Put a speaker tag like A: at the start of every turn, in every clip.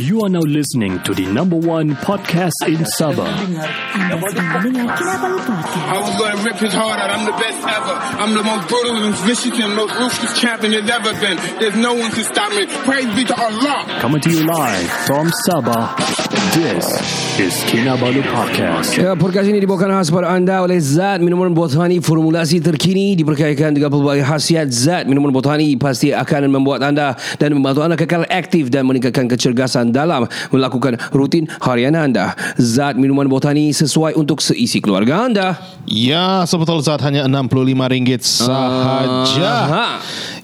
A: You are now listening to the number one podcast in Sabah.
B: Anda sedang mendengar Kinabalu Podcast.
C: I was gonna rip his heart out. I'm the best ever. I'm the most brutal and Michigan, most ruthless champion there's ever been. There's no one can stop me. Praise be to Allah.
A: Coming to you live from Sabah. This is Kinabalu Podcast.
D: Ya, podcast ini dibawakan khas kepada anda oleh Zat Minuman Botani Formulasi terkini diperkayakan dengan pelbagai khasiat Zat Minuman Botani pasti akan membuat anda dan membantu anda kekal aktif dan meningkatkan kecergasan dalam melakukan rutin harian anda Zat Minuman Botani sesuai untuk seisi keluarga anda
E: Ya, sebetul saat hanya RM65 sahaja.
D: Aha.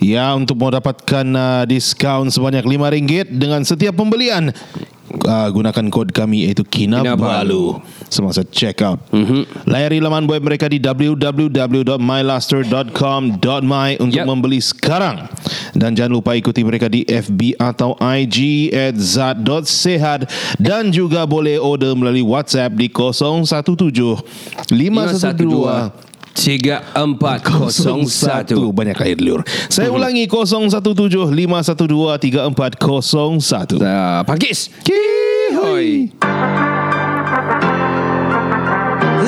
E: Ya, untuk mendapatkan uh, diskaun sebanyak RM5 dengan setiap pembelian Uh, gunakan kod kami iaitu Kinabalu semasa check out. Mm-hmm. Layari laman web mereka di www.mylaster.com.my untuk
D: Yep.
E: membeli sekarang. Dan jangan lupa ikuti mereka di FB atau IG at zat.sehat dan juga boleh order melalui WhatsApp di 017 512
D: 3401
E: Banyak air liur Saya
D: Mhm.
E: ulangi 017-512-3401
D: uh, Pakis
E: Kihoi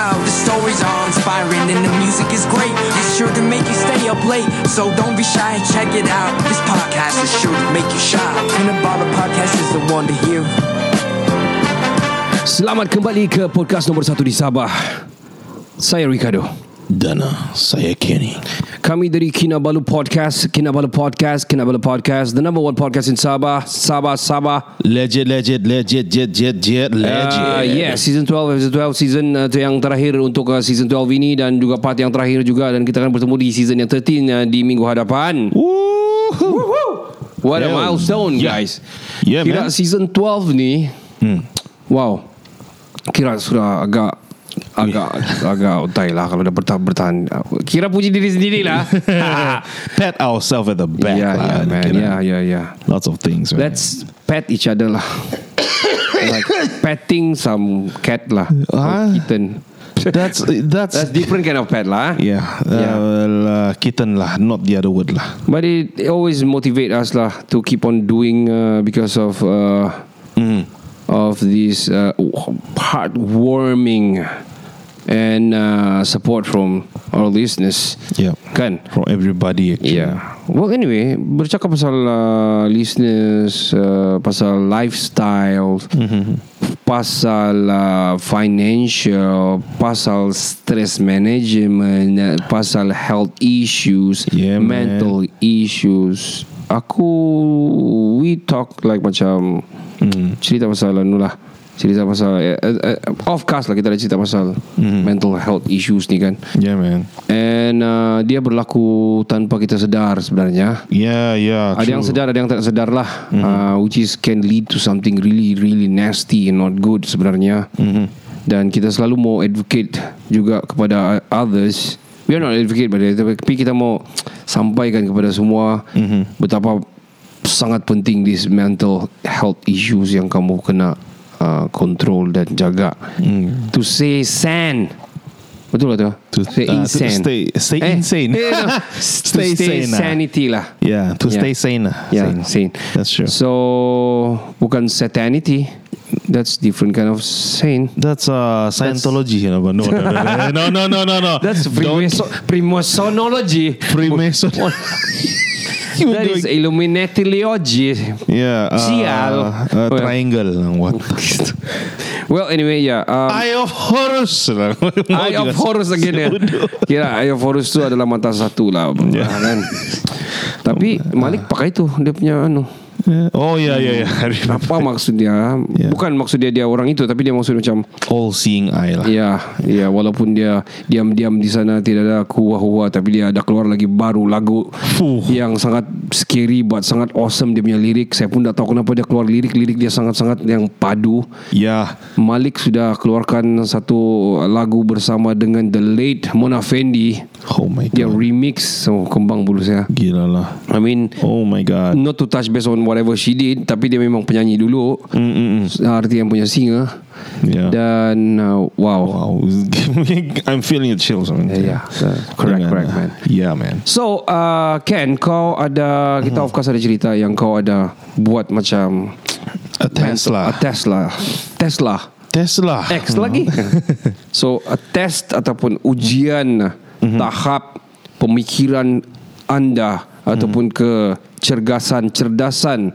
F: The stories are inspiring and the music is great. It's sure to make you stay up late. So don't be shy, check it out. This podcast is sure to make you shy. And a baller podcast is the one to hear.
D: Selamat kembali ke podcast nombor 1 di Sabah Saya Ricardo
E: Dana Saya Kenny
D: Kami dari Kinabalu Podcast Kinabalu Podcast Kinabalu Podcast The number one podcast in Sabah Sabah, Sabah
E: Legit Legit Legit Jet Jet Jet Legit
D: Uh, yeah, season 12 Season 12 season uh, tu yang terakhir Untuk uh, season 12 ini Dan juga part yang terakhir juga Dan kita akan bertemu di season yang 13 uh, Di minggu hadapan
E: Woohoo
D: What a
E: Yeah.
D: milestone
E: Yeah.
D: guys
E: Yeah,
D: Kira
E: man.
D: season 12 ni hmm. Wow Kira sudah agak Agak Agak utai lah Kalau dah bertahan, bertahan Kira puji diri sendiri lah
E: Pat ourselves at the back
D: Yeah,
E: lah,
D: yeah, man.
E: you know.
D: Yeah, yeah, yeah.
E: Lots of things man.
D: Let's pet each other lah. like petting some cat lah.
E: Ah.
D: Or kitten.
E: That's That's,
D: That's different kind of pet lah. eh.
E: Yeah, uh, well, uh, Kitten lah Not the other word lah
D: But it, it always motivate us lah to keep on doing uh, because of uh, of this uh, heartwarming and uh, support from our listeners.
E: Yeah
D: Kan?
E: From everybody actually.
D: Yeah. Ya. Well, anyway, bercakap pasal uh, listeners, uh, pasal lifestyle,
E: Mm-hmm.
D: pasal uh, financial, pasal stress management, uh, pasal health issues,
E: Yeah, man.
D: mental issues. Aku we talk like macam
E: Mm-hmm.
D: cerita pasal anu lah. Cerita pasal eh, eh, eh, Of course lah kita ada cerita pasal
E: Mm-hmm.
D: Mental health issues ni kan
E: Yeah man
D: And uh, dia berlaku tanpa kita sedar sebenarnya.
E: Yeah yeah
D: Ada
E: true. Mhm.
D: yang sedar, ada yang tak sedar lah. Uh, which is can lead to something really, really nasty and not good sebenarnya.
E: Mhm.
D: Dan kita selalu mau advocate juga kepada others. We are not advocate pada tapi kita mau sampaikan kepada semua
E: Mhm.
D: betapa sangat penting this mental health issues yang kamu kena uh, control dan jaga. To say san. Betul lah tu?
E: Mhm. To-
D: stay
E: uh, to
D: insane.
E: stay- stay insane.
D: eh, no. to stay
E: Stay sane lah.
D: sanity lah.
E: Yeah, to
D: Yeah.
E: stay sane. lah.
D: Yeah,
E: Sane.
D: sane.
E: That's true.
D: So bukan satanity. That's different kind of sane.
E: That's uh, Scientology, you know, but no, no, no, no, no, no, no, no.
D: That's
E: Don't-
D: Freemason, Freemasonology.
E: Freemason. you
D: That is Oh, Illuminatiology.
E: yeah, uh,
D: Sial.
E: uh,
D: Well.
E: triangle. lang, What?
D: Well, anyway, yeah. Um,
E: Eye of Horus. lang. Mau
D: Eye of
E: juga
D: Horus again ya.
E: bodoh.
D: Kira Eye of Horus itu adalah mata satu lah.
E: Yeah.
D: Kan? Tapi Malik pakai itu dia punya anu.
E: Oh ya ya ya.
D: Apa maksud dia
E: Yeah.
D: Bukan maksud dia Dia orang itu Tapi dia maksud macam
E: All seeing eye lah.
D: Ya Ya walaupun dia Diam-diam di sana Tidak ada kuah-kuah Tapi dia ada keluar lagi baru lagu
E: Fuh.
D: Yang sangat scary Buat sangat awesome Dia punya lirik Saya pun tak tahu kenapa Dia keluar lirik-lirik Dia sangat-sangat yang padu
E: Ya.
D: Malik sudah keluarkan satu lagu bersama dengan the late Mona Fendi.
E: Oh my
D: Dia
E: god.
D: remix so kembang bulu saya.
E: Gila lah.
D: I mean
E: Oh my god.
D: not to touch based on whatever she did tapi dia memang penyanyi dulu.
E: Mm-mm.
D: Arti yang punya singer.
E: Yeah.
D: Dan uh, wow.
E: Ya. Wow. I'm feeling the chills. Man.
D: Yeah, yeah. Correct,
E: Dengan,
D: correct,
E: uh,
D: man.
E: Yeah man.
D: So uh, Ken kau ada kita of course ada cerita yang kau ada buat macam
E: A
D: a
E: Tesla.
D: lah. Tesla. Tesla.
E: Tesla.
D: X
E: Mm-hmm.
D: lagi. so a test ataupun ujian tahap pemikiran anda ataupun kecergasan, cerdasan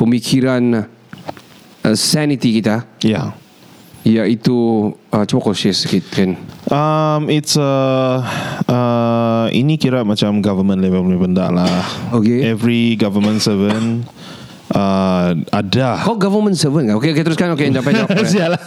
D: pemikiran uh, sanity kita
E: Yeah.
D: iaitu uh, cuba kau share sikit kan.
E: Um, it's a uh, ini kira macam government level punya benda lah.
D: Okay.
E: Every government servant uh, ada.
D: Kau government servant kan? Okay, okay teruskan. Okay, dah pajak.
E: Sialah.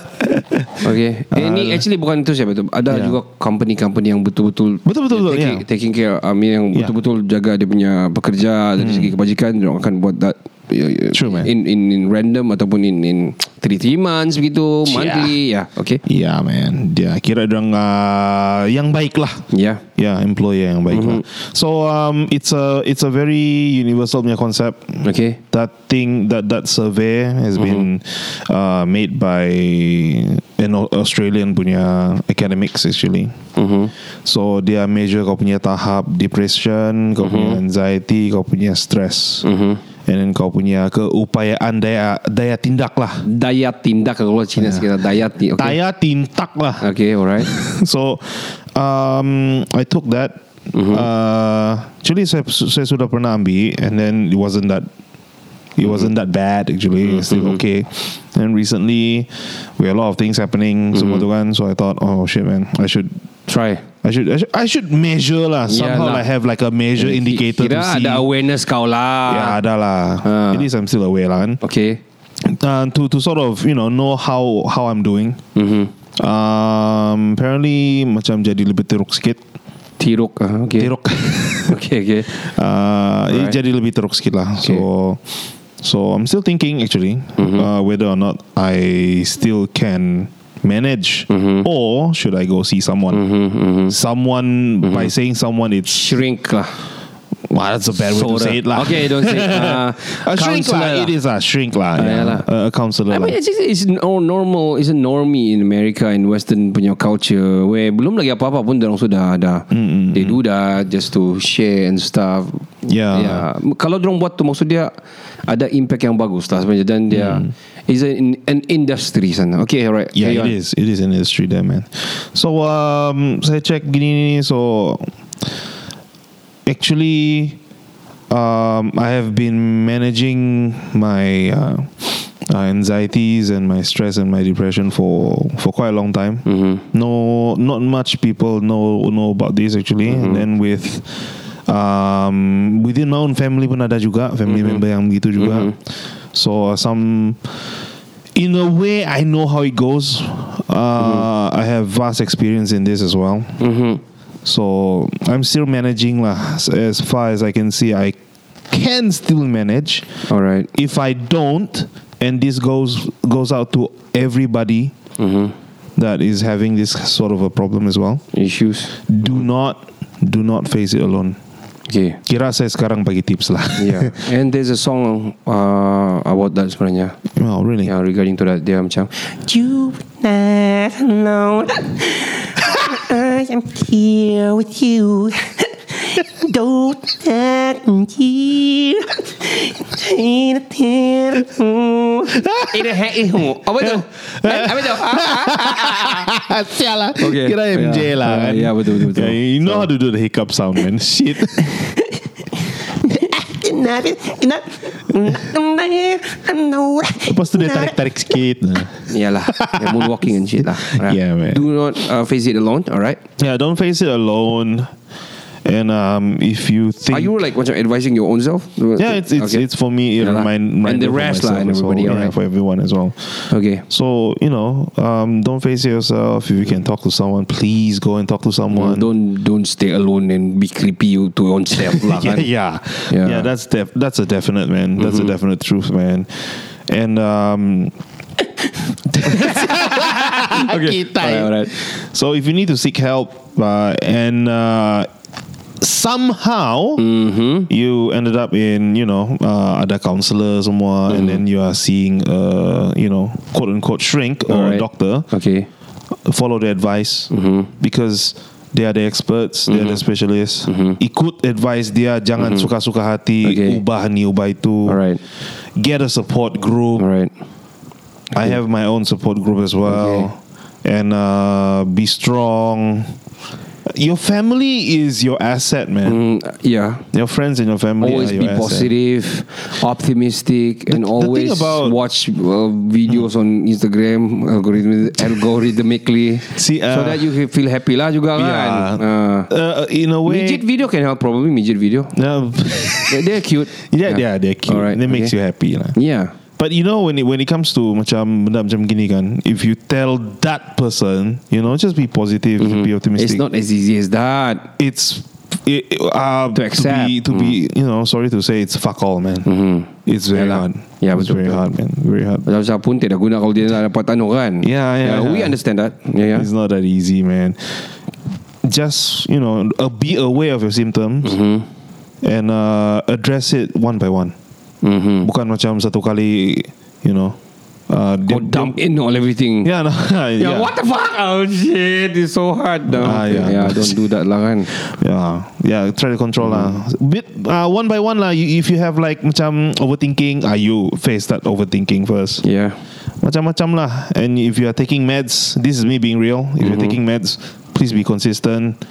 D: Okay. Eh,
E: Ah.
D: ini actually bukan itu siapa tu. Ada
E: Yeah.
D: juga company-company yang betul-betul
E: Betul, betul, betul,
D: taking,
E: yeah.
D: taking care I mean, yang
E: Yeah.
D: betul-betul jaga dia punya pekerja dari segi kebajikan dia orang akan buat that eh, eh,
E: Hmm. True, man.
D: in in in random ataupun in in 3 3 months begitu
E: Yeah.
D: monthly ya. Yeah. Okay.
E: Yeah man. Dia kira orang uh, yang baik lah.
D: Yeah.
E: Yeah, employer yang
D: Mhm.
E: baik lah. So um, it's a it's a very universal punya konsep.
D: Okay. Mhm.
E: That thing that that survey has been uh, made by an Au- Australian punya academics actually.
D: Mhm.
E: So dia measure kau punya tahap depression, kau punya
D: Mhm.
E: anxiety, kau punya stress. And then kau punya keupayaan daya daya tindak lah.
D: Daya tindak kalau Cina yeah. sekitar daya tindak. Okay.
E: Ya. Daya tindak lah.
D: Okay, alright.
E: So um, I took that
D: Mm-hmm.
E: uh, Actually saya, saya sudah pernah ambil And then it wasn't that
D: Mm-hmm.
E: It wasn't that bad actually It's still okay And recently We had a lot of things happening
D: Mm-hmm.
E: Semua tu kan So I thought Oh shit man I should
D: Try.
E: I should I should, I should measure lah
D: Yeah
E: Somehow
D: lah.
E: I have like a measure indicator
D: Kira
E: to see
D: ada awareness kau
E: Ya
D: lah.
E: ada lah
D: Ah.
E: At least I'm still aware lah kan
D: Okay.
E: uh, to to sort of you know know how how I'm doing.
D: Mm-hmm.
E: Um, apparently macam jadi lebih teruk sikit.
D: Tiruk. ah, Okay.
E: Teruk.
D: okay, okay.
E: uh, eh,
D: Alright.
E: jadi lebih teruk sikit lah.
D: Okay. Mm-hmm.
E: So so I'm still thinking actually uh, whether or not I still can manage
D: Mm-hmm.
E: or should I go see someone? Someone
D: Mm-hmm.
E: by saying someone it's
D: Shrink lah.
E: wow that's a bad way to
D: Sorta.
E: say it lah.
D: Okay, don't say it. Ah,
E: a shrink
D: counselor
E: lah. It is a shrink
D: Ah,
E: lah. yeah.
D: yeah lah.
E: A- a counselor
D: I
E: lah.
D: mean, it's, it's no normal, it's a normie in America in Western punya culture where belum lagi apa-apa pun orang sudah ada.
E: Mm,
D: They do that just to share and stuff.
E: Yeah.
D: yeah. Kalau orang buat tu maksud dia ada impact yang bagus lah sebenarnya dan dia is an, an industry sana. Okay, alright.
E: Mm. Yeah,
D: Carry on.
E: it is. It is an industry there, man. So, um, saya check gini ni. So, actually, um, I have been managing my uh, uh, anxieties and my stress and my depression for for quite a long time.
D: Mm-hmm.
E: No, not much people know know about this actually.
D: Mm-hmm.
E: And then with um, within my own family pun ada juga family
D: Mm-hmm.
E: member yang begitu juga. So some in a way I know how it goes. Uh, I have vast experience in this as well. So I'm still managing lah. As- As far as I can see, I can still manage.
D: Alright.
E: If I don't, and this goes goes out to everybody that is having this sort of a problem as well.
D: Issues.
E: Do not do not face it alone.
D: Okay.
E: Kira saya sekarang bagi tips lah.
D: Yeah. And there's a song uh, about that sebenarnya.
E: oh really?
D: Yeah, regarding to that dia macam
G: You not alone. I am here with you. Don't let me.
D: Eh, dia hang eh, oh, Apa tu? Eh, Apa tu? Ah, ah, ah,
E: Sial lah
D: Okay.
E: Kira MJ
D: Yeah.
E: lah
D: Uh,
E: kan
D: yeah, betul, betul, betul.
E: Yeah, You know how to do the hiccup sound man Shit
G: Not it, not,
E: Lepas tu dia tarik-tarik sikit
D: Yalah yeah, Moonwalking and shit lah Alright.
E: Yeah, man.
D: Do not uh, face it alone Alright
E: Yeah don't face it alone And um, if you think,
D: Are you like macam advising your own self?
E: yeah, it's it's,
D: okay.
E: it's for me. It
D: Yeah lah.
E: remind,
D: And the
E: reminder for
D: rest lah, and
E: myself as well.
D: everybody,
E: yeah,
D: alright.
E: for everyone as well.
D: okay.
E: So you know, um, don't face yourself. If you can talk to someone, please go and talk to someone.
D: Don't don't stay alone and be creepy to yourself lah
E: yeah,
D: kan.
E: yeah,
D: Yeah. Mm-hmm.
E: yeah, That's def- that's a definite man. That's a definite truth, man. And um, okay,
D: Alright, alright.
E: so if you need to seek help uh, and uh, somehow
D: Mm-hmm.
E: you ended up in you know uh, ada counselor semua
D: Mm-hmm.
E: and then you are seeing uh, you know quote unquote shrink or
D: Alright. Uh. Mm-hmm.
E: doctor
D: Okay.
E: follow the advice because they are the experts, they
D: Mm-hmm.
E: are the specialists. Ikut advice dia, jangan suka-suka hati,
D: Okay.
E: ubah ni, ubah itu.
D: Alright.
E: Get a support group.
D: Alright.
E: I have my own support group as well. And uh, be strong. Your family is your asset, man.
D: Mm, yeah.
E: Your friends and your family
D: Always
E: are
D: be
E: your asset.
D: positive, optimistic, and
E: eh. the thing
D: always
E: about-
D: watch uh, videos on Instagram algorithm, algorithmically,
E: See,
D: so
E: uh,
D: that you feel happy lah juga kan. Uh,
E: Yeah. Uh, in a way.
D: midget video can help probably midget video.
E: No.
D: They- They're cute.
E: yeah, yeah, they're cute.
D: Alright,
E: That makes
D: okay.
E: you happy. lah.
D: Yeah.
E: But you know when it when it comes to macam benda macam gini kan, if you tell that person, you know, just be positive, be optimistic.
D: Mm-hmm. It's not as easy as that.
E: It's it, it- uh,
D: To accept. Mm. Mm-hmm.
E: be, to be, you know, sorry to say, it's fuck all, man. It's
D: Yeah
E: very
D: lah.
E: hard.
D: Yeah,
E: it's
D: betul,
E: very
D: betul.
E: hard, man. Very hard.
D: Macam saya pun tidak guna kalau dia nak dapat tanur kan.
E: Yeah, yeah, yeah.
D: We understand that. Yeah, yeah.
E: It's not that easy, man. Just you know, uh, be aware of your symptoms
D: Mm-hmm.
E: and uh, address it one by one.
D: Mm-hmm.
E: Bukan macam satu kali, you know. Uh,
D: Go
E: dia-
D: Oh, dump in all everything.
E: Yeah, no,
D: Yeah, what the fuck? Oh shit, it's so hard. No,
E: Ah,
D: okay.
E: yeah.
D: yeah, don't do that lah kan.
E: Yeah, yeah. Try to control lah.
D: Mm.
E: Bit uh, one by one lah. You, if you have like macam overthinking, ah, you face that overthinking first.
D: Yeah.
E: Macam-macam lah. And if you are taking meds, this is me being real. If you're taking meds, please be consistent.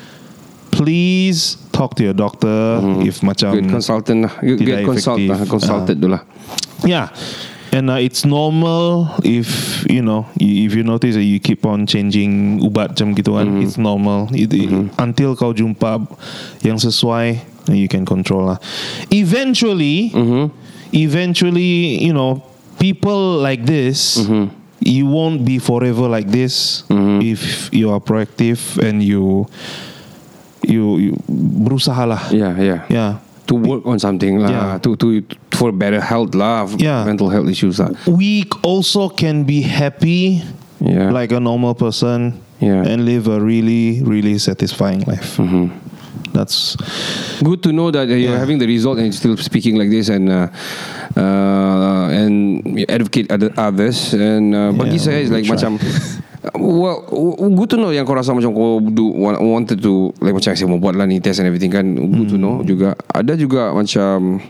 E: Please talk to your doctor if macam
D: Get consultant lah. Get, get
E: Um, tidak
D: consult
E: efektif. Ah.
D: lah. Consulted dulu lah.
E: yeah. And uh, it's normal if you know i- if you notice that you keep on changing ubat macam gitu kan. It's normal it, it- until kau jumpa yang sesuai then you can control lah. Eventually, eventually you know people like this. You won't be forever like this if you are proactive and you you, you berusaha lah.
D: Yeah, yeah.
E: Yeah.
D: To work on something lah.
E: Yeah.
D: To, to, for better health lah. for
E: Yeah.
D: Mental health issues lah.
E: we also can be happy
D: Yeah.
E: like a normal person
D: Yeah. Mm-hmm.
E: and live a really really satisfying life that's
D: Good to know that you're
E: Yeah.
D: having the result and you're still speaking like this and uh, uh, and you advocate other, others and uh, bagi
E: Yeah,
D: saya it's
E: we
D: like
E: try.
D: macam well w- good to know yang kau rasa macam kau do, wa- wanted to like macam saya mau buat lah ni test and everything kan good to
E: Hmm.
D: know juga ada juga macam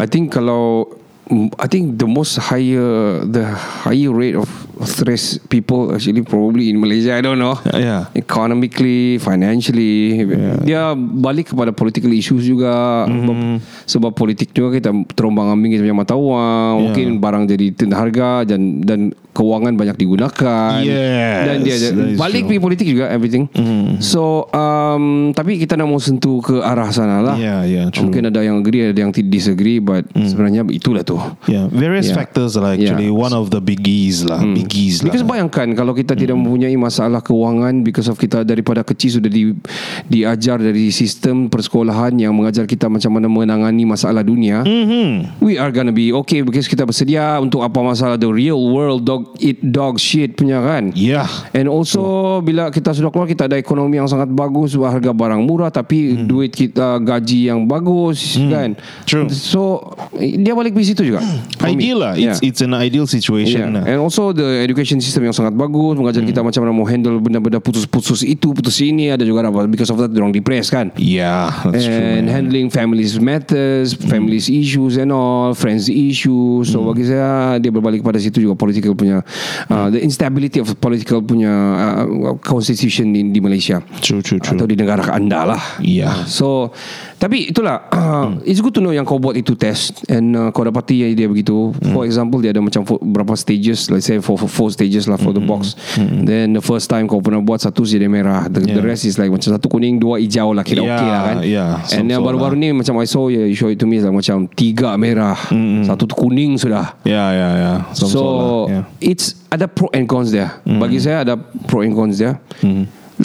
D: I think kalau mm, I think the most higher the higher rate of stress people actually probably in Malaysia I don't know
E: uh, Yeah.
D: economically, financially. Dia balik kepada political issues juga. Sebab-
E: Mm-hmm.
D: Sebab politik juga kita terombang ambing kita punya mata wang. Mungkin barang jadi tindak harga dan dan keuangan banyak digunakan.
E: Yes,
D: dan dia
E: that
D: balik
E: is true. Mm-hmm.
D: pergi politik juga everything. So um, tapi kita nak mau sentuh ke arah sana lah.
E: Yeah, yeah, true. Mm.
D: Mungkin ada yang agree ada yang ti- disagree but sebenarnya itulah tu.
E: yeah various
D: Yeah.
E: factors are actually
D: Yeah. Mm.
E: one of the biggies lah biggies lah
D: Because bayangkan kalau kita tidak mempunyai masalah keuangan because of kita daripada kecil sudah di, diajar dari sistem persekolahan yang mengajar kita macam mana menangani masalah dunia. Mm-hmm. We are gonna be okay because kita bersedia untuk apa masalah the real world dog eat dog shit punya kan.
E: yeah
D: And also bila kita sudah keluar kita ada ekonomi yang sangat bagus, harga barang murah tapi duit kita gaji yang bagus kan.
E: Mm-hmm. True.
D: So dia balik di situ juga. For me.
E: ideal lah it's,
D: Yeah.
E: it's an ideal situation
D: Yeah.
E: eh. lah.
D: And also the education system yang sangat bagus mengajar
E: Hmm.
D: kita macam mana mau handle benda-benda putus-putus itu, putus ini ada juga apa because of that orang depressed kan.
E: yeah that's true
D: and
E: man. Hmm.
D: handling families matters, families issues and all, friends issues. So bagi saya dia berbalik pada situ juga political punya punya uh, the instability of political punya uh, constitution in, di Malaysia
E: True, true, true.
D: atau di negara anda lah
E: Yeah.
D: so tapi itulah uh, it's good to know yang kau buat itu test and uh, kau dapati yang dia begitu
E: Hmm.
D: for example dia ada macam fo- berapa stages let's say for, for four stages lah for
E: Hmm.
D: the box then the first time kau pernah buat satu je dia merah the, the
E: Yeah.
D: rest is like macam satu kuning dua hijau lah kira
E: Yeah,
D: okay lah kan
E: yeah, lah.
D: and
E: some
D: then
E: sort
D: baru-baru ni macam I saw you you show it to me like, macam tiga merah
E: Hmm.
D: satu tu kuning sudah
E: Yeah, yeah, yeah. Some
D: so
E: sort lah, yeah.
D: it's ada pro and cons dia.
E: Hmm.
D: Bagi saya ada pro and cons dia.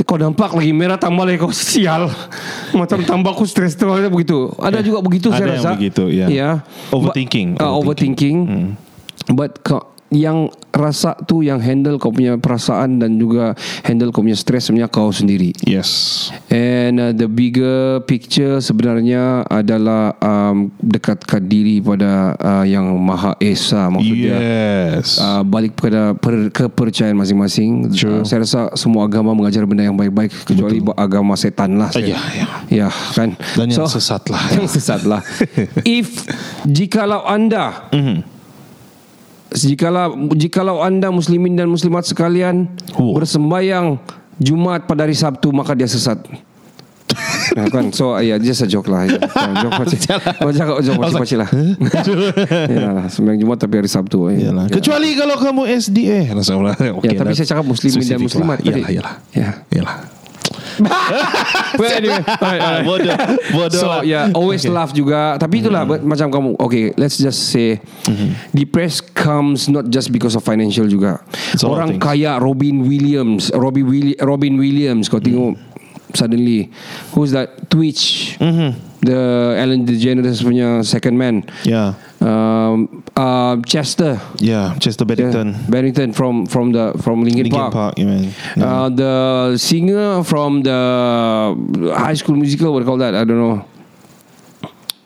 D: Kau nampak lagi merah tambah lagi kau sial. Macam tambah aku stres terus begitu. Ada juga begitu saya
E: Ya. Ada yang
D: rasa.
E: begitu, ya.
D: Yeah.
E: Overthinking, Hmm.
D: But, uh, overthinking. But kau yang rasa tu yang handle kau punya perasaan dan juga handle kau punya stres sebenarnya kau sendiri.
E: Yes.
D: And uh, the bigger picture sebenarnya adalah um, dekatkan diri pada uh, yang Maha Esa maksudnya
E: Yes.
D: uh, balik kepada per, kepercayaan masing-masing. Uh,
E: True.
D: saya rasa semua agama mengajar benda yang baik-baik kecuali Betul. agama setan lah. saya-
E: Ya, ya.
D: Ya, kan.
E: Dan yang sesat lah.
D: Yang sesat lah. If jikalau anda
E: Mhm.
D: Jikalau jikalau anda muslimin dan muslimat sekalian
E: Oh.
D: bersembahyang Jumat pada hari Sabtu maka dia sesat. Nah, kan so ya yeah, just a joke lah ya. joke pacik joke joke pacik pacik lah ya sembahyang Jumat tapi hari Sabtu ya.
E: Yalah.
D: Ya.
E: Kecuali kalau kamu SDA Rasa pula okay, lah.
D: Ya, tapi saya cakap muslimin dan muslimat
E: Yalah,
D: tadi.
E: yalah
D: Ya.
E: Yalah
D: Well anyway alright, alright.
E: Bodoh Bodoh
D: So ya, oh.
E: lah
D: yeah Always laugh juga Tapi itulah
E: Mm-hmm.
D: mm. Macam kamu Okay let's just say Depressed comes Not just because of financial juga
E: It's a lot
D: Orang
E: of things.
D: kaya Robin Williams Robin, Willi- Robin Williams
E: Mm.
D: Kau tengok Suddenly Who's that Twitch
E: Mm-hmm.
D: The Ellen DeGeneres punya Second man
E: Yeah.
D: um, uh, Chester
E: Yeah Ya, Chester Bennington
D: Yeah, Barrington from from the from Ya. Linkin,
E: Linkin Park, you mean.
D: Uh,
E: Hmm.
D: the singer from the High School Musical, what do you call that? I don't know.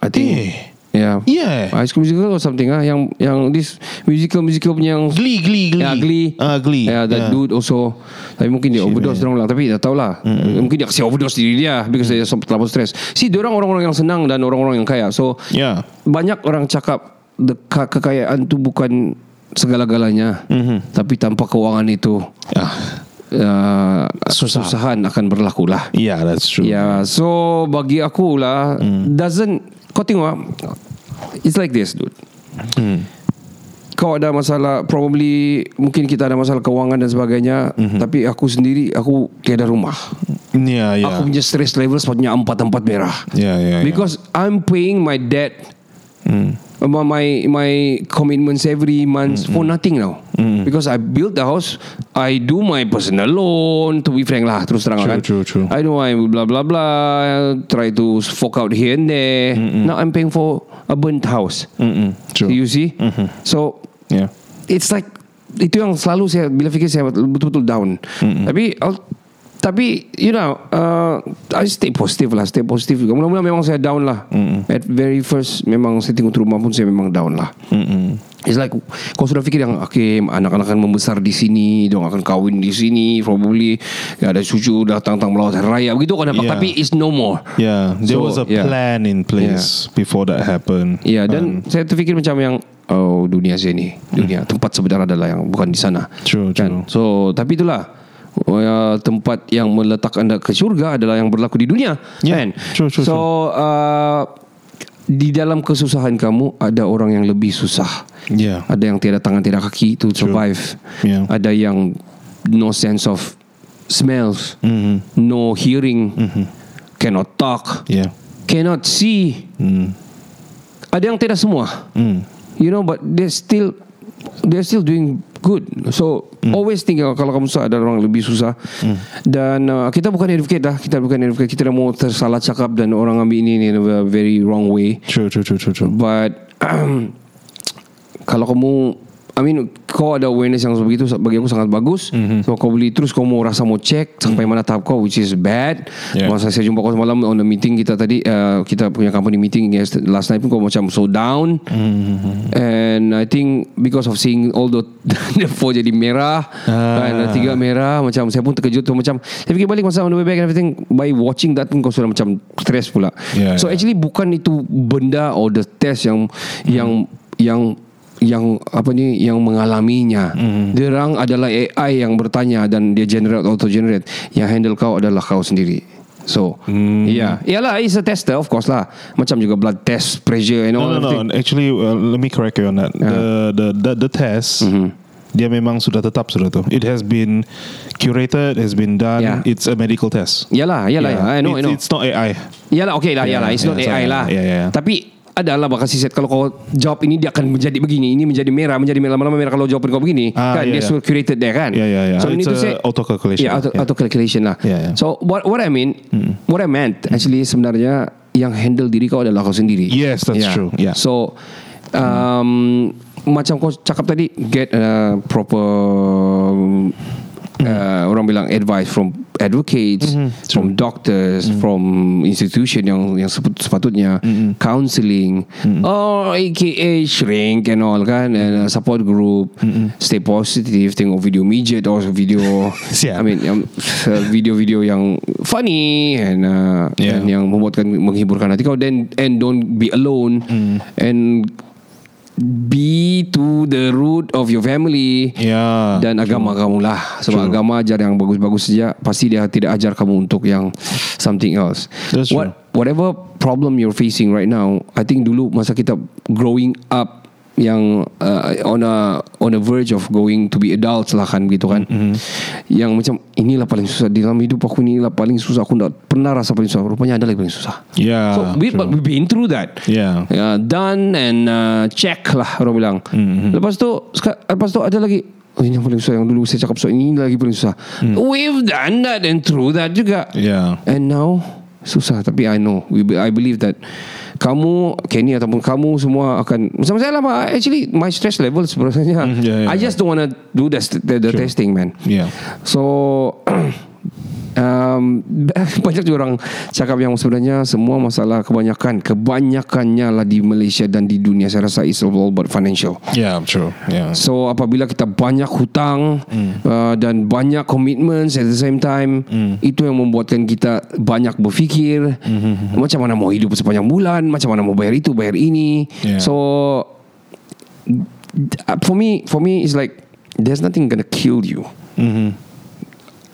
D: I think.
E: Eh.
D: Yeah.
E: Yeah.
D: High School Musical or something ah, yang yang this musical musical punya yang
E: Glee Glee Glee
D: Yeah, Ya, Glee.
E: Ah, Glee
D: Yeah, that dude also. Tapi mungkin dia overdose
E: man.
D: orang lah. Tapi tak tahulah. Mm. Mungkin dia kasi overdose diri dia ah, because
E: Mm.
D: dia sempat terlalu stres. Si orang orang-orang yang senang dan orang-orang yang kaya. So
E: Yeah.
D: banyak orang cakap the ka- kekayaan tu bukan segala-galanya. Mm-hmm. Tapi tanpa kewangan itu
E: Yeah.
D: uh,
E: Susah.
D: susahan akan berlaku lah.
E: yeah that's true Hmm.
D: Ya, yeah, so bagi aku lah mm. doesn't kau tengok ah, it's like this dude.
E: Hmm.
D: Kau ada masalah probably mungkin kita ada masalah kewangan dan sebagainya
E: Hmm.
D: mm-hmm. tapi aku sendiri aku tiada rumah.
E: Yeah yeah
D: Aku punya stress level sepatutnya empat-empat merah.
E: Yeah yeah yeah.
D: Because I'm paying my debt
E: Hmm.
D: about my my commitments every month for
E: hmm.
D: nothing now. Because I built the house, I do my personal loan to be frank lah terus terang
E: True,
D: lah kan.
E: true, true.
D: I do my blah blah blah try to fork out here and there.
E: Hmm,
D: Now I'm paying for a burnt house.
E: Mm-mm. Hmm, True Hmm,
D: You see? So
E: Yeah
D: it's like itu yang selalu saya bila fikir saya betul-betul down. Mm-hmm. Tapi I'll, tapi you know uh, I stay positive lah, stay positive juga. Mula-mula memang saya down lah. Mm-hmm. At very first memang saya tengok rumah pun saya memang down lah. Mm-hmm. It's like kau sudah fikir yang okay anak-anak akan membesar di sini, dia akan kahwin di sini, probably ya, ada cucu datang tang melawat hari raya begitu kau nampak.
E: Yeah.
D: Tapi it's no more.
E: Yeah There
D: So,
E: was a
D: yeah.
E: plan in place Before that happened
D: Ya
E: Ah.
D: dan saya terfikir macam yang oh dunia sini dunia tempat sebenarnya adalah yang bukan di sana. Kan?
E: Hmm. True, true.
D: So tapi itulah uh, tempat yang meletak anda ke syurga adalah yang berlaku di dunia.
E: Yeah,
D: Kan?
E: Ya, true, true,
D: So uh, di dalam kesusahan kamu ada orang yang lebih susah.
E: Yeah.
D: Ada yang tiada tangan tiada kaki to survive.
E: Yeah.
D: Ada yang no sense of smells,
E: Hmm. Mm-hmm.
D: no hearing, cannot talk,
E: Yeah Mm.
D: cannot see. Ada yang tidak semua.
E: Hmm.
D: You know but they still they're still doing good. So always think kalau kamu susah ada orang lebih susah. Dan uh, kita bukan advocate dah, kita bukan advocate. Kita dah mau tersalah cakap dan orang ambil ini in a very wrong way.
E: True true true true true
D: But kalau kamu I mean kau ada awareness yang begitu bagi aku sangat bagus.
E: Mhm.
D: Mm-hmm. So kau boleh terus kau mau rasa mau cek sampai mana tahap kau which is bad. Yeah.
E: Yeah.
D: Masa saya jumpa kau semalam on the meeting kita tadi uh, kita punya company meeting yes, last night pun kau macam so down. Mm-hmm.
E: Mhm.
D: And I think because of seeing all the the four jadi merah
E: Ah.
D: ah. dan tiga merah macam saya pun terkejut tu macam saya fikir balik masa on the way back and everything by watching that pun kau sudah macam stress pula.
E: Yeah,
D: so
E: yeah.
D: actually bukan itu benda or the test yang yang yang yang apa ni yang mengalaminya.
E: Hmm.
D: Mm. Derang adalah AI yang bertanya dan dia generate auto generate. Yang handle kau adalah kau sendiri. So, mm.
E: Hmm.
D: yeah. Yalah, it's a tester of course lah. Macam juga blood test, pressure and all
E: No, no,
D: everything.
E: no. Actually, uh, let me correct you on that. The, the the the test.
D: Mm-hmm.
E: Dia memang sudah tetap sudah tu. It has been curated, has been done.
D: Yeah.
E: It's a medical test.
D: Yalah, yalah, yeah. I know, I
E: It's-
D: know.
E: It's not AI.
D: Yalah okay lah
E: Yeah,
D: Yalah it's
E: yeah,
D: not
E: it's
D: AI
E: not
D: lah
E: AI, yeah, yeah.
D: Tapi adalah bakal si set kalau kau jawab ini dia akan menjadi begini ini menjadi merah menjadi merah, lama-lama merah kalau jawapan kau begini
E: Ah,
D: kan
E: yeah,
D: dia
E: yeah.
D: suruh curated there kan
E: Yeah, yeah, yeah.
D: so
E: ya, It's
D: need to
E: a
D: say
E: auto calculation
D: yeah Ya, auto,
E: lah, yeah.
D: auto calculation lah
E: Yeah, yeah.
D: so what what I mean
E: Hmm.
D: what I meant actually sebenarnya yang handle diri kau adalah kau sendiri Ya.
E: Yes, that's true. Yeah.
D: so um, macam kau cakap tadi get a proper Uh, orang bilang advice from advocates, from doctors, from institution yang yang sepe- sepatutnya, oh, counseling, or aka shrink and all kan, and uh, support group, stay positive, tengok video midget or video, I
E: Siap.
D: mean yang uh, video-video yang funny and, uh,
E: Yeah.
D: and yang membuatkan menghiburkan hati kau then and don't be alone
E: Hmm.
D: and be to the root of your family
E: Yeah.
D: dan agama kamu lah sebab agama ajar yang bagus-bagus saja pasti dia tidak ajar kamu untuk yang something else
E: That's true.
D: What- whatever problem you're facing right now I think dulu masa kita growing up yang uh, on a on a verge of going to be adults lah kan gitu kan
E: Mm-hmm.
D: yang macam inilah paling susah di dalam hidup aku inilah paling susah aku tak pernah rasa paling susah rupanya ada lagi paling susah
E: Yeah,
D: so we,
E: true.
D: but we've been through that
E: Yeah.
D: uh, done and uh, check lah orang bilang. Mm-hmm. Lepas tu seka- lepas tu ada lagi oh, ini yang paling susah yang dulu saya cakap soal ini lagi paling susah. We've done that and through that juga.
E: Mm. Yeah.
D: And now susah tapi I know we be- I believe that kamu Kenny ataupun kamu semua akan sama saya lah Pak. actually my stress level sebenarnya
E: Mm, yeah, yeah,
D: I just don't wanna do the the, the testing man
E: Yeah.
D: So um, Banyak juga orang Cakap yang sebenarnya Semua masalah kebanyakan Kebanyakannya lah di Malaysia Dan di dunia Saya rasa it's all about financial
E: Yeah, true. Yeah.
D: So apabila kita banyak hutang uh, Dan banyak commitments At the same time Itu yang membuatkan kita Banyak berfikir Macam mana mau hidup sepanjang bulan Macam mana mau bayar itu Bayar ini
E: Yeah.
D: So uh, For me For me it's like There's nothing gonna kill you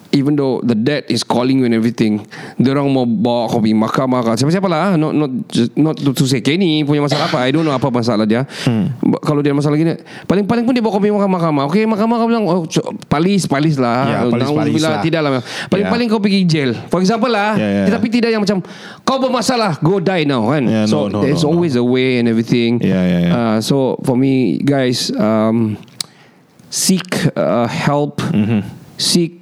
D: even though the dad is calling you and everything, orang mau bawa kau pergi mahkamah kau. Siapa-siapa lah. Not, not, just- not to, to say Kenny punya masalah apa. I don't know apa masalah dia.
E: Hmm.
D: Ba- Kalau dia ada masalah gini, paling-paling pun dia bawa kau pergi mahkamah. mahkamah. Okay, mahkamah kau bilang, oh, co- palis, palis
E: Ya,
D: lah.
E: palis-palis
D: Na'udzubillah,
E: lah.
D: Tidak lah. Paling-paling kau pergi jail. For example lah.
E: Ya, ya.
D: Tapi tidak yang macam, kau bermasalah, go die now kan.
E: Ya,
D: so,
E: no, no,
D: there's
E: no,
D: always a way and everything.
E: Ya, ya, ya.
D: Uh, so, for me, guys, um, seek uh, help
E: Mm-hmm.
D: seek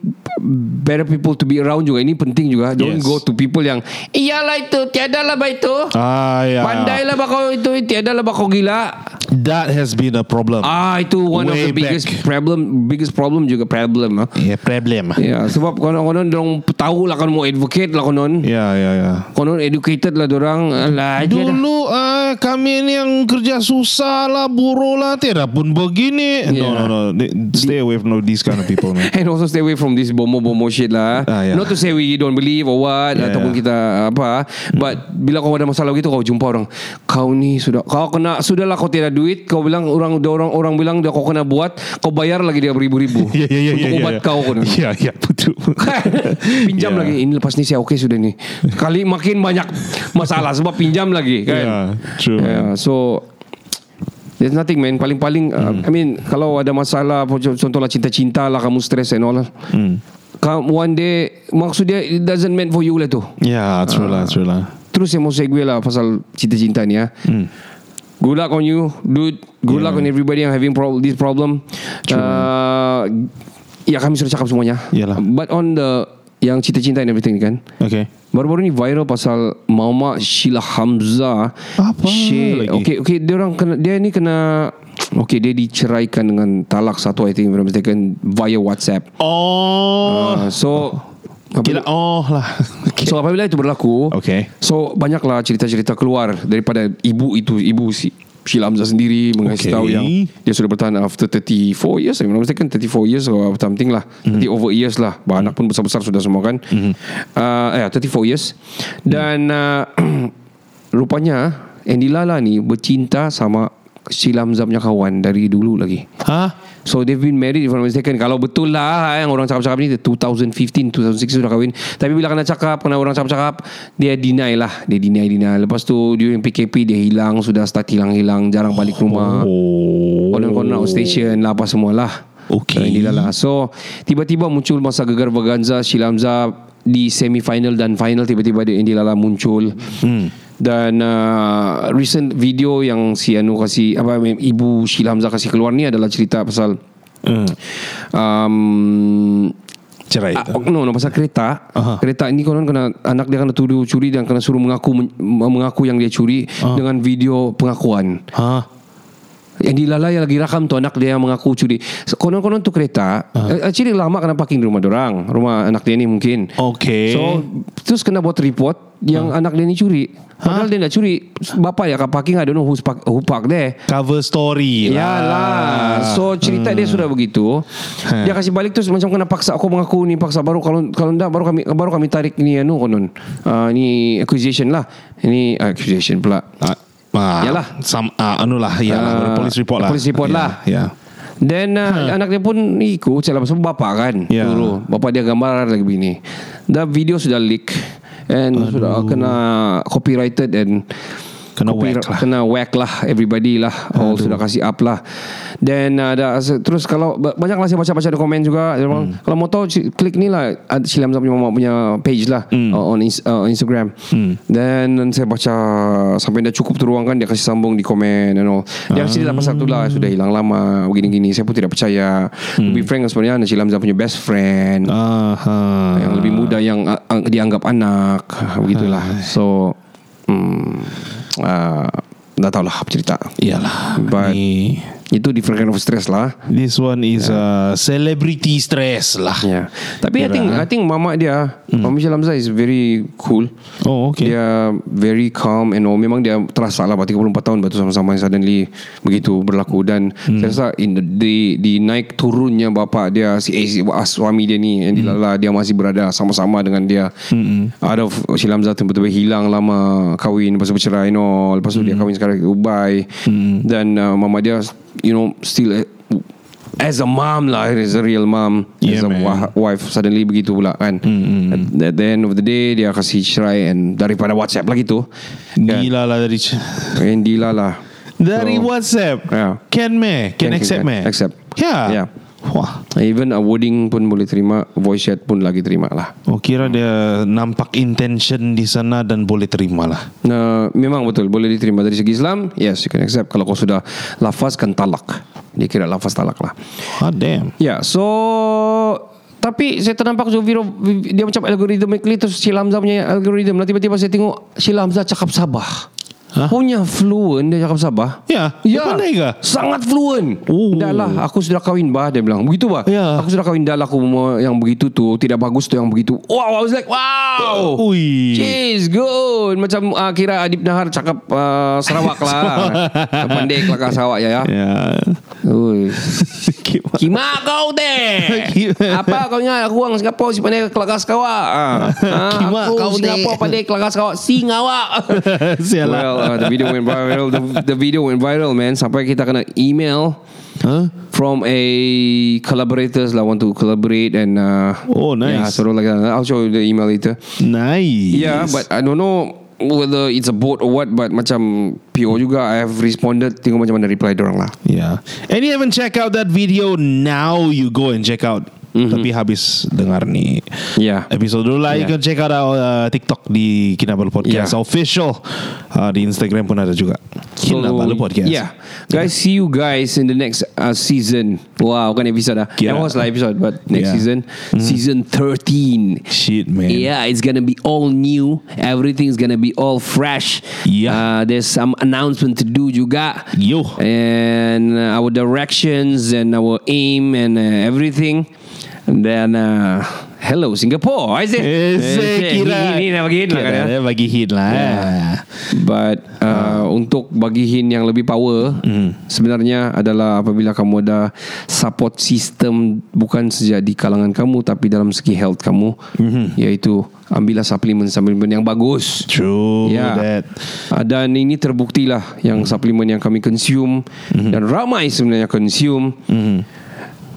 D: better people to be around juga ini penting juga don't
E: Yes.
D: go to people yang iyalah itu tiadalah bah itu
E: Ah, yeah.
D: pandailah bah kau itu tiadalah bah kau gila
E: That has been a problem.
D: ah itu one of
E: Way
D: the biggest
E: back.
D: problem biggest problem juga problem ah.
E: yeah, problem.
D: ya sebab konon-konon dong tahu lah kan mau advocate lah konon
E: Yeah, yeah, yeah.
D: konon educated lah dorang lah
E: Dulu ah, kami ni yang kerja susah lah, buruh lah, tidak pun begini. No, no,
D: Yeah.
E: no. They- Stay away from these kind of people, man.
D: And also stay away from this bomo-bomo shit lah.
E: Ah, yeah.
D: Not to say we don't believe or what
E: Yeah,
D: ataupun
E: yeah.
D: kita ah, apa. But bila kau ada masalah begitu kau jumpa orang, kau ni sudah kau kena sudahlah kau tiada duit, kau bilang orang orang orang bilang dia kau kena buat, kau bayar lagi dia beribu-ribu.
E: Yeah, yeah, yeah,
D: Untuk
E: yeah,
D: ubat
E: yeah.
D: kau Kan? kena.
E: Yeah, yeah, ya. betul.
D: pinjam
E: Yeah.
D: lagi ini lepas ni saya okey sudah ni. Kali makin banyak masalah sebab pinjam lagi kan.
E: Yeah, Ya, true.
D: Yeah, so There's nothing man Paling-paling uh, I mean Kalau ada masalah po- Contohlah cinta-cinta lah Kamu stress and all lah Come one day Maksud dia It doesn't meant for you lah tu
E: Yeah, true lah, true lah. Hmm,
D: Terus yang mau segue lah Pasal cinta-cinta ni ya. Good luck on you Dude Good luck on everybody Yang having prob- this problem uh, Ya kami sudah cakap semuanya
E: Yalah.
D: But on the Yang cinta-cinta and everything ni kan
E: Okay.
D: Baru-baru ni viral pasal Mama Sheila Hamzah.
E: Apa
D: She,
E: lagi?
D: Okay, okay, dia orang kena dia ni kena okay, dia diceraikan dengan talak satu I think if I'm not mistaken via WhatsApp.
E: Oh,
D: Uh, so apabila,
E: kira oh lah. Okay.
D: So apabila itu berlaku,
E: Okay.
D: So banyaklah cerita-cerita keluar daripada ibu itu, ibu si Sheila Hamzah sendiri mengasih
E: Okay.
D: tahu yang dia sudah bertahan after 34 years, if I'm not mistaken 34 years or something lah.
E: Mhm.
D: 30 over years lah. Bah, Anak pun besar-besar sudah semua kan. Uh, eh 34 years. ah,
E: Mhm.
D: Dan uh, rupanya Andy Lala ni bercinta sama Sheila Hamzah punya kawan Dari dulu lagi
E: Ha?
D: So they've been married If I'm not mistaken Kalau betul lah Yang orang cakap-cakap ni 2015 2016 sudah kahwin Tapi bila kena cakap Kena orang cakap-cakap Dia deny lah Dia deny deny Lepas tu During PKP Dia hilang Sudah start hilang-hilang Jarang balik rumah
E: Oh.
D: Konon-konon outstation lah Apa semualah
E: Okey.
D: Yang dia lah So Tiba-tiba muncul Masa gegar Vaganza Sheila Hamzah Di semi final dan final Tiba-tiba dia Indi Lala muncul hmm. Dan uh, Recent video yang Si Anu kasih apa, Ibu Sheila Hamzah kasih keluar ni Adalah cerita pasal
E: Hmm.
D: um,
E: Cerai.
D: Ah, ok, no, no pasal kereta.
E: Aha.
D: Kereta ini konon kena anak dia kena tuduh curi dan kena suruh mengaku men- mengaku yang dia curi dengan video pengakuan.
E: Ha?
D: Yang dilalai yang lagi rakam tu anak dia yang mengaku curi. So, Konon-konon tu kereta. Uh-huh. Actually lama kena parking di rumah dorang. Rumah anak dia ni mungkin.
E: Okay.
D: So terus kena buat report yang anak dia ni curi. Padahal dia nak curi. Bapa ya kat parking I don't know who's park, who park there.
E: Cover story lah.
D: Yalah Ya So cerita hmm. dia sudah begitu Dia kasih balik terus Macam kena paksa Aku mengaku ni paksa Baru kalau kalau tidak Baru kami baru kami tarik ni Anu konon uh, Ni accusation lah Ini uh, accusation pula
E: Ah, ah,
D: Yalah.
E: Sam, ah, anu lah. Yalah.
D: Ya Ah,
E: police report lah.
D: police report
E: Ya,
D: lah.
E: Ya.
D: Then uh, anak dia pun ikut Sebab sebab bapa kan
E: Ya.
D: Dulu Bapa dia gambar lagi begini Dah video sudah leak And Aduh. sudah kena copyrighted and
E: Kena
D: copyright-
E: whack lah.
D: kena whack lah everybody lah all sudah kasih up lah then uh, ada terus kalau ba- banyak lah saya baca-baca di komen juga dia orang
E: Hmm.
D: kalau mau tahu ci- klik ni lah ad- Sheila Hamzah punya mama punya page lah
E: Hmm.
D: uh, on, ins- uh, on Instagram then saya baca sampai dah cukup tu ruang kan dia kasih sambung di komen you know dia
E: Ah.
D: kasih lah pasal tu lah sudah hilang lama begini-gini saya pun tidak percaya lebih
E: Hmm.
D: frank sebenarnya Sheila Hamzah punya best friend
E: Ah, ha.
D: yang lebih muda yang uh, uh, dianggap anak ah, begitulah so hmm, uh, dah tahulah apa cerita
E: Yalah.
D: But-
E: Ya lah. Ni.
D: itu different kind of stress lah
E: This one
D: Ya.
E: is yeah. a celebrity stress lah.
D: yeah. tapi I
E: Yalah.
D: think I think mama dia Mama Michelle Hamzah is very cool
E: Oh, okay.
D: Dia very calm and all. Memang dia terasa lah About 34 tahun Batu sama-sama yang suddenly Begitu berlaku Dan
E: Hmm.
D: saya rasa in the, di, di naik turunnya bapa dia Si, eh, si ah, suami dia ni
E: Hmm.
D: Yang dilala Dia masih berada sama-sama dengan dia mm-hmm. Out of Sheila Hamzah tu betul-betul hilang lama Kahwin Lepas tu bercerai and all Lepas tu
E: Hmm.
D: dia kahwin sekarang ke Dubai Dan uh, mama dia You know Still eh, As a mom lah As a real mom
E: Yeah,
D: As a
E: man.
D: wa- uh, wife Suddenly begitu pula kan mm-hmm. At the end of the day Dia kasih cerai And daripada WhatsApp lagi tu kan?
E: Gila lah dari
D: And Dila lah
E: dari
D: So,
E: WhatsApp.
D: Yeah.
E: Can me, can,
D: Can-
E: accept
D: can
E: me.
D: accept. Ya.
E: Yeah.
D: Yeah.
E: Wah,
D: Even a wording pun boleh terima Voice chat pun lagi terima lah
E: oh kira dia nampak intention di sana dan boleh terima lah.
D: Nah, memang betul boleh diterima dari segi Islam yes you can accept kalau kau sudah lafazkan talak dia kira lafaz talak lah
E: Ah damn.
D: Ya, yeah, so tapi saya ternampak Zofiro dia macam algorithmically terus Sheila Hamzah punya algorithm. Lah tiba-tiba saya tengok Sheila Hamzah cakap Sabah.
E: Hah?
D: Punya fluent dia cakap Sabah.
E: Ya,
D: Ya.
E: pandai ke?
D: Sangat fluent.
E: Oh.
D: Dah lah, aku sudah kahwin bah dia bilang. Begitu bah.
E: Ya.
D: Aku sudah kahwin dah lah aku mau yang begitu tu tidak bagus tu yang begitu. Wow, I was like wow.
E: Ui.
D: Jeez, good. Macam uh, kira Adib Nahar cakap uh, Sarawak lah. Pendek lah kat Sarawak ya. ya.
E: Ya.
D: Ui.
E: Gimana?
D: Kima kau teh
E: Kima.
D: Apa kau ingat Aku orang Singapura Si pandai kelakas kawak ah.
E: Kima
D: Aku kau
E: kau teh. lah.
D: Singapura pandai kelakas kawak Singawak
E: Sialah.
D: Well uh, The video went viral the, the video went viral man Sampai kita kena email
E: Huh?
D: From a Collaborators lah Want to collaborate And uh,
E: Oh, nice.
D: yeah, sort of like that. I'll show you the email later
E: Nice.
D: Yeah, ya, but I don't know whether it's a boat or what, but macam PO juga. I have responded. Tengok macam mana reply orang lah.
E: Yeah. Ya. And you haven't checked out that video now you go and check out.
D: Mhm.
E: Tapi habis dengar ni
D: Yeah.
E: episode dulu lah you
D: Yeah.
E: can check out our uh, TikTok di Kinabalu Podcast
D: Yeah.
E: official. Uh, di Instagram pun ada juga. Kinabalu Podcast.
D: Yeah Guys see you guys In the next uh, season Wow bukan episode lah
E: Yeah.
D: That was lah episode But next
E: Yeah. Mm.
D: season Season 13
E: Shit man.
D: Yeah, it's gonna be all new. Everything's gonna be all fresh.
E: Yeah.
D: uh, there's some announcement to do. You got
E: Yo.
D: and uh, our directions and our aim and uh, everything. And then uh, Hello Singapore I said
E: Eh, saya kira
D: Ini, ini nak bagi hint lah kan
E: Kira
D: ya.
E: dia Bagi hint lah eh.
D: But uh, Untuk bagi hint yang lebih power Sebenarnya adalah Apabila kamu ada Support system Bukan sejak di kalangan kamu Tapi dalam segi health kamu Iaitu Ambillah suplemen-suplemen yang bagus
E: True that Hmm.
D: Ah, Dan ini terbuktilah yang suplemen yang kami consume dan ramai sebenarnya consume.
E: Hmm.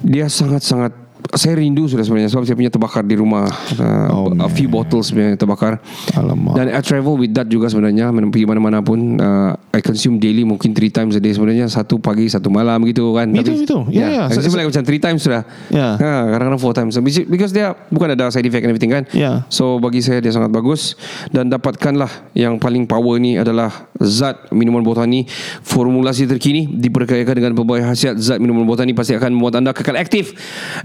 D: Dia sangat-sangat saya rindu sudah sebenarnya sebab saya punya terbakar di rumah Ah,
E: Oh,
D: a few bottles sebenarnya terbakar.
E: Alamak.
D: Dan I travel with that juga sebenarnya Mana- pergi mana-mana pun ah, I consume daily mungkin three times a day sebenarnya satu pagi satu malam gitu kan.
E: Itu, itu. Ya, ya.
D: I consume like macam three times sudah.
E: Ya.
D: Ah, kadang-kadang four times Which- because dia bukan ada side effect and everything kan.
E: Ya.
D: So bagi saya dia sangat bagus dan dapatkanlah yang paling power ni adalah zat minuman botani formulasi terkini diperkayakan dengan pelbagai khasiat zat minuman botani pasti akan membuat anda kekal aktif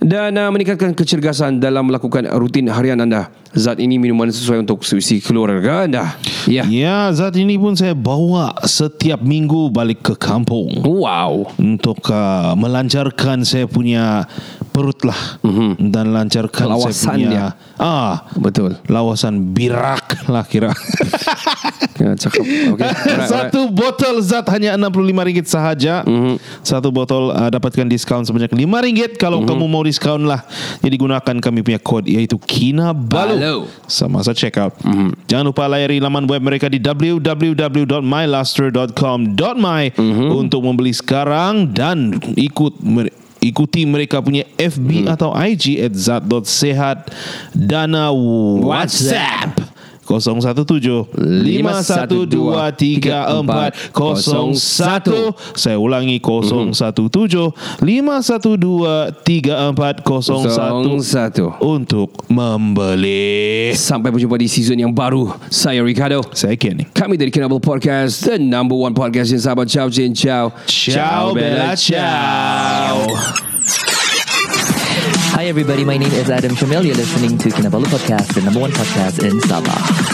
D: dan uh, meningkatkan kecergasan dalam melakukan rutin harian anda. Zat ini minuman sesuai untuk suisi keluarga anda. Ya. Yeah.
E: Ya, zat ini pun saya bawa setiap minggu balik ke kampung
D: Wow.
E: untuk uh, melancarkan saya punya perut lah mm-hmm. dan lancarkan saya
D: Mhm. Lawasan
E: punya
D: dia.
E: ah
D: Betul.
E: lawasan birak lah kira.
D: Ya, cakap. Okay. Alright, alright.
E: Satu botol zat hanya RM65 sahaja.
D: Mhm.
E: Mm-hmm. Satu botol uh, dapatkan diskaun sebanyak RM5 kalau
D: Mhm.
E: mm-hmm. kamu mau diskaun lah. Jadi gunakan kami punya kod iaitu KINABALU.
D: Balu. Mhm.
E: Semasa check out. Mm-hmm. Jangan lupa layari laman web mereka di www.myluster.com.my mm-hmm.
D: Mhm.
E: untuk membeli sekarang dan ikut mer- ikuti mereka punya FB
D: Mhm.
E: atau IG at zat.sehat dana WhatsApp. 017 5123401 Saya ulangi 017 5123401
D: Satu.
E: Untuk membeli
D: Sampai berjumpa di season yang baru. Saya Ricardo.
E: Saya Kenny
D: Kami dari Kenabel Podcast The number one podcast in Sabah Ciao Jin Ciao
E: Ciao Bella Ciao
H: Hi, everybody. My name is Adam Shamil. You're listening to Kinabalu Podcast, the number one podcast in Sabah.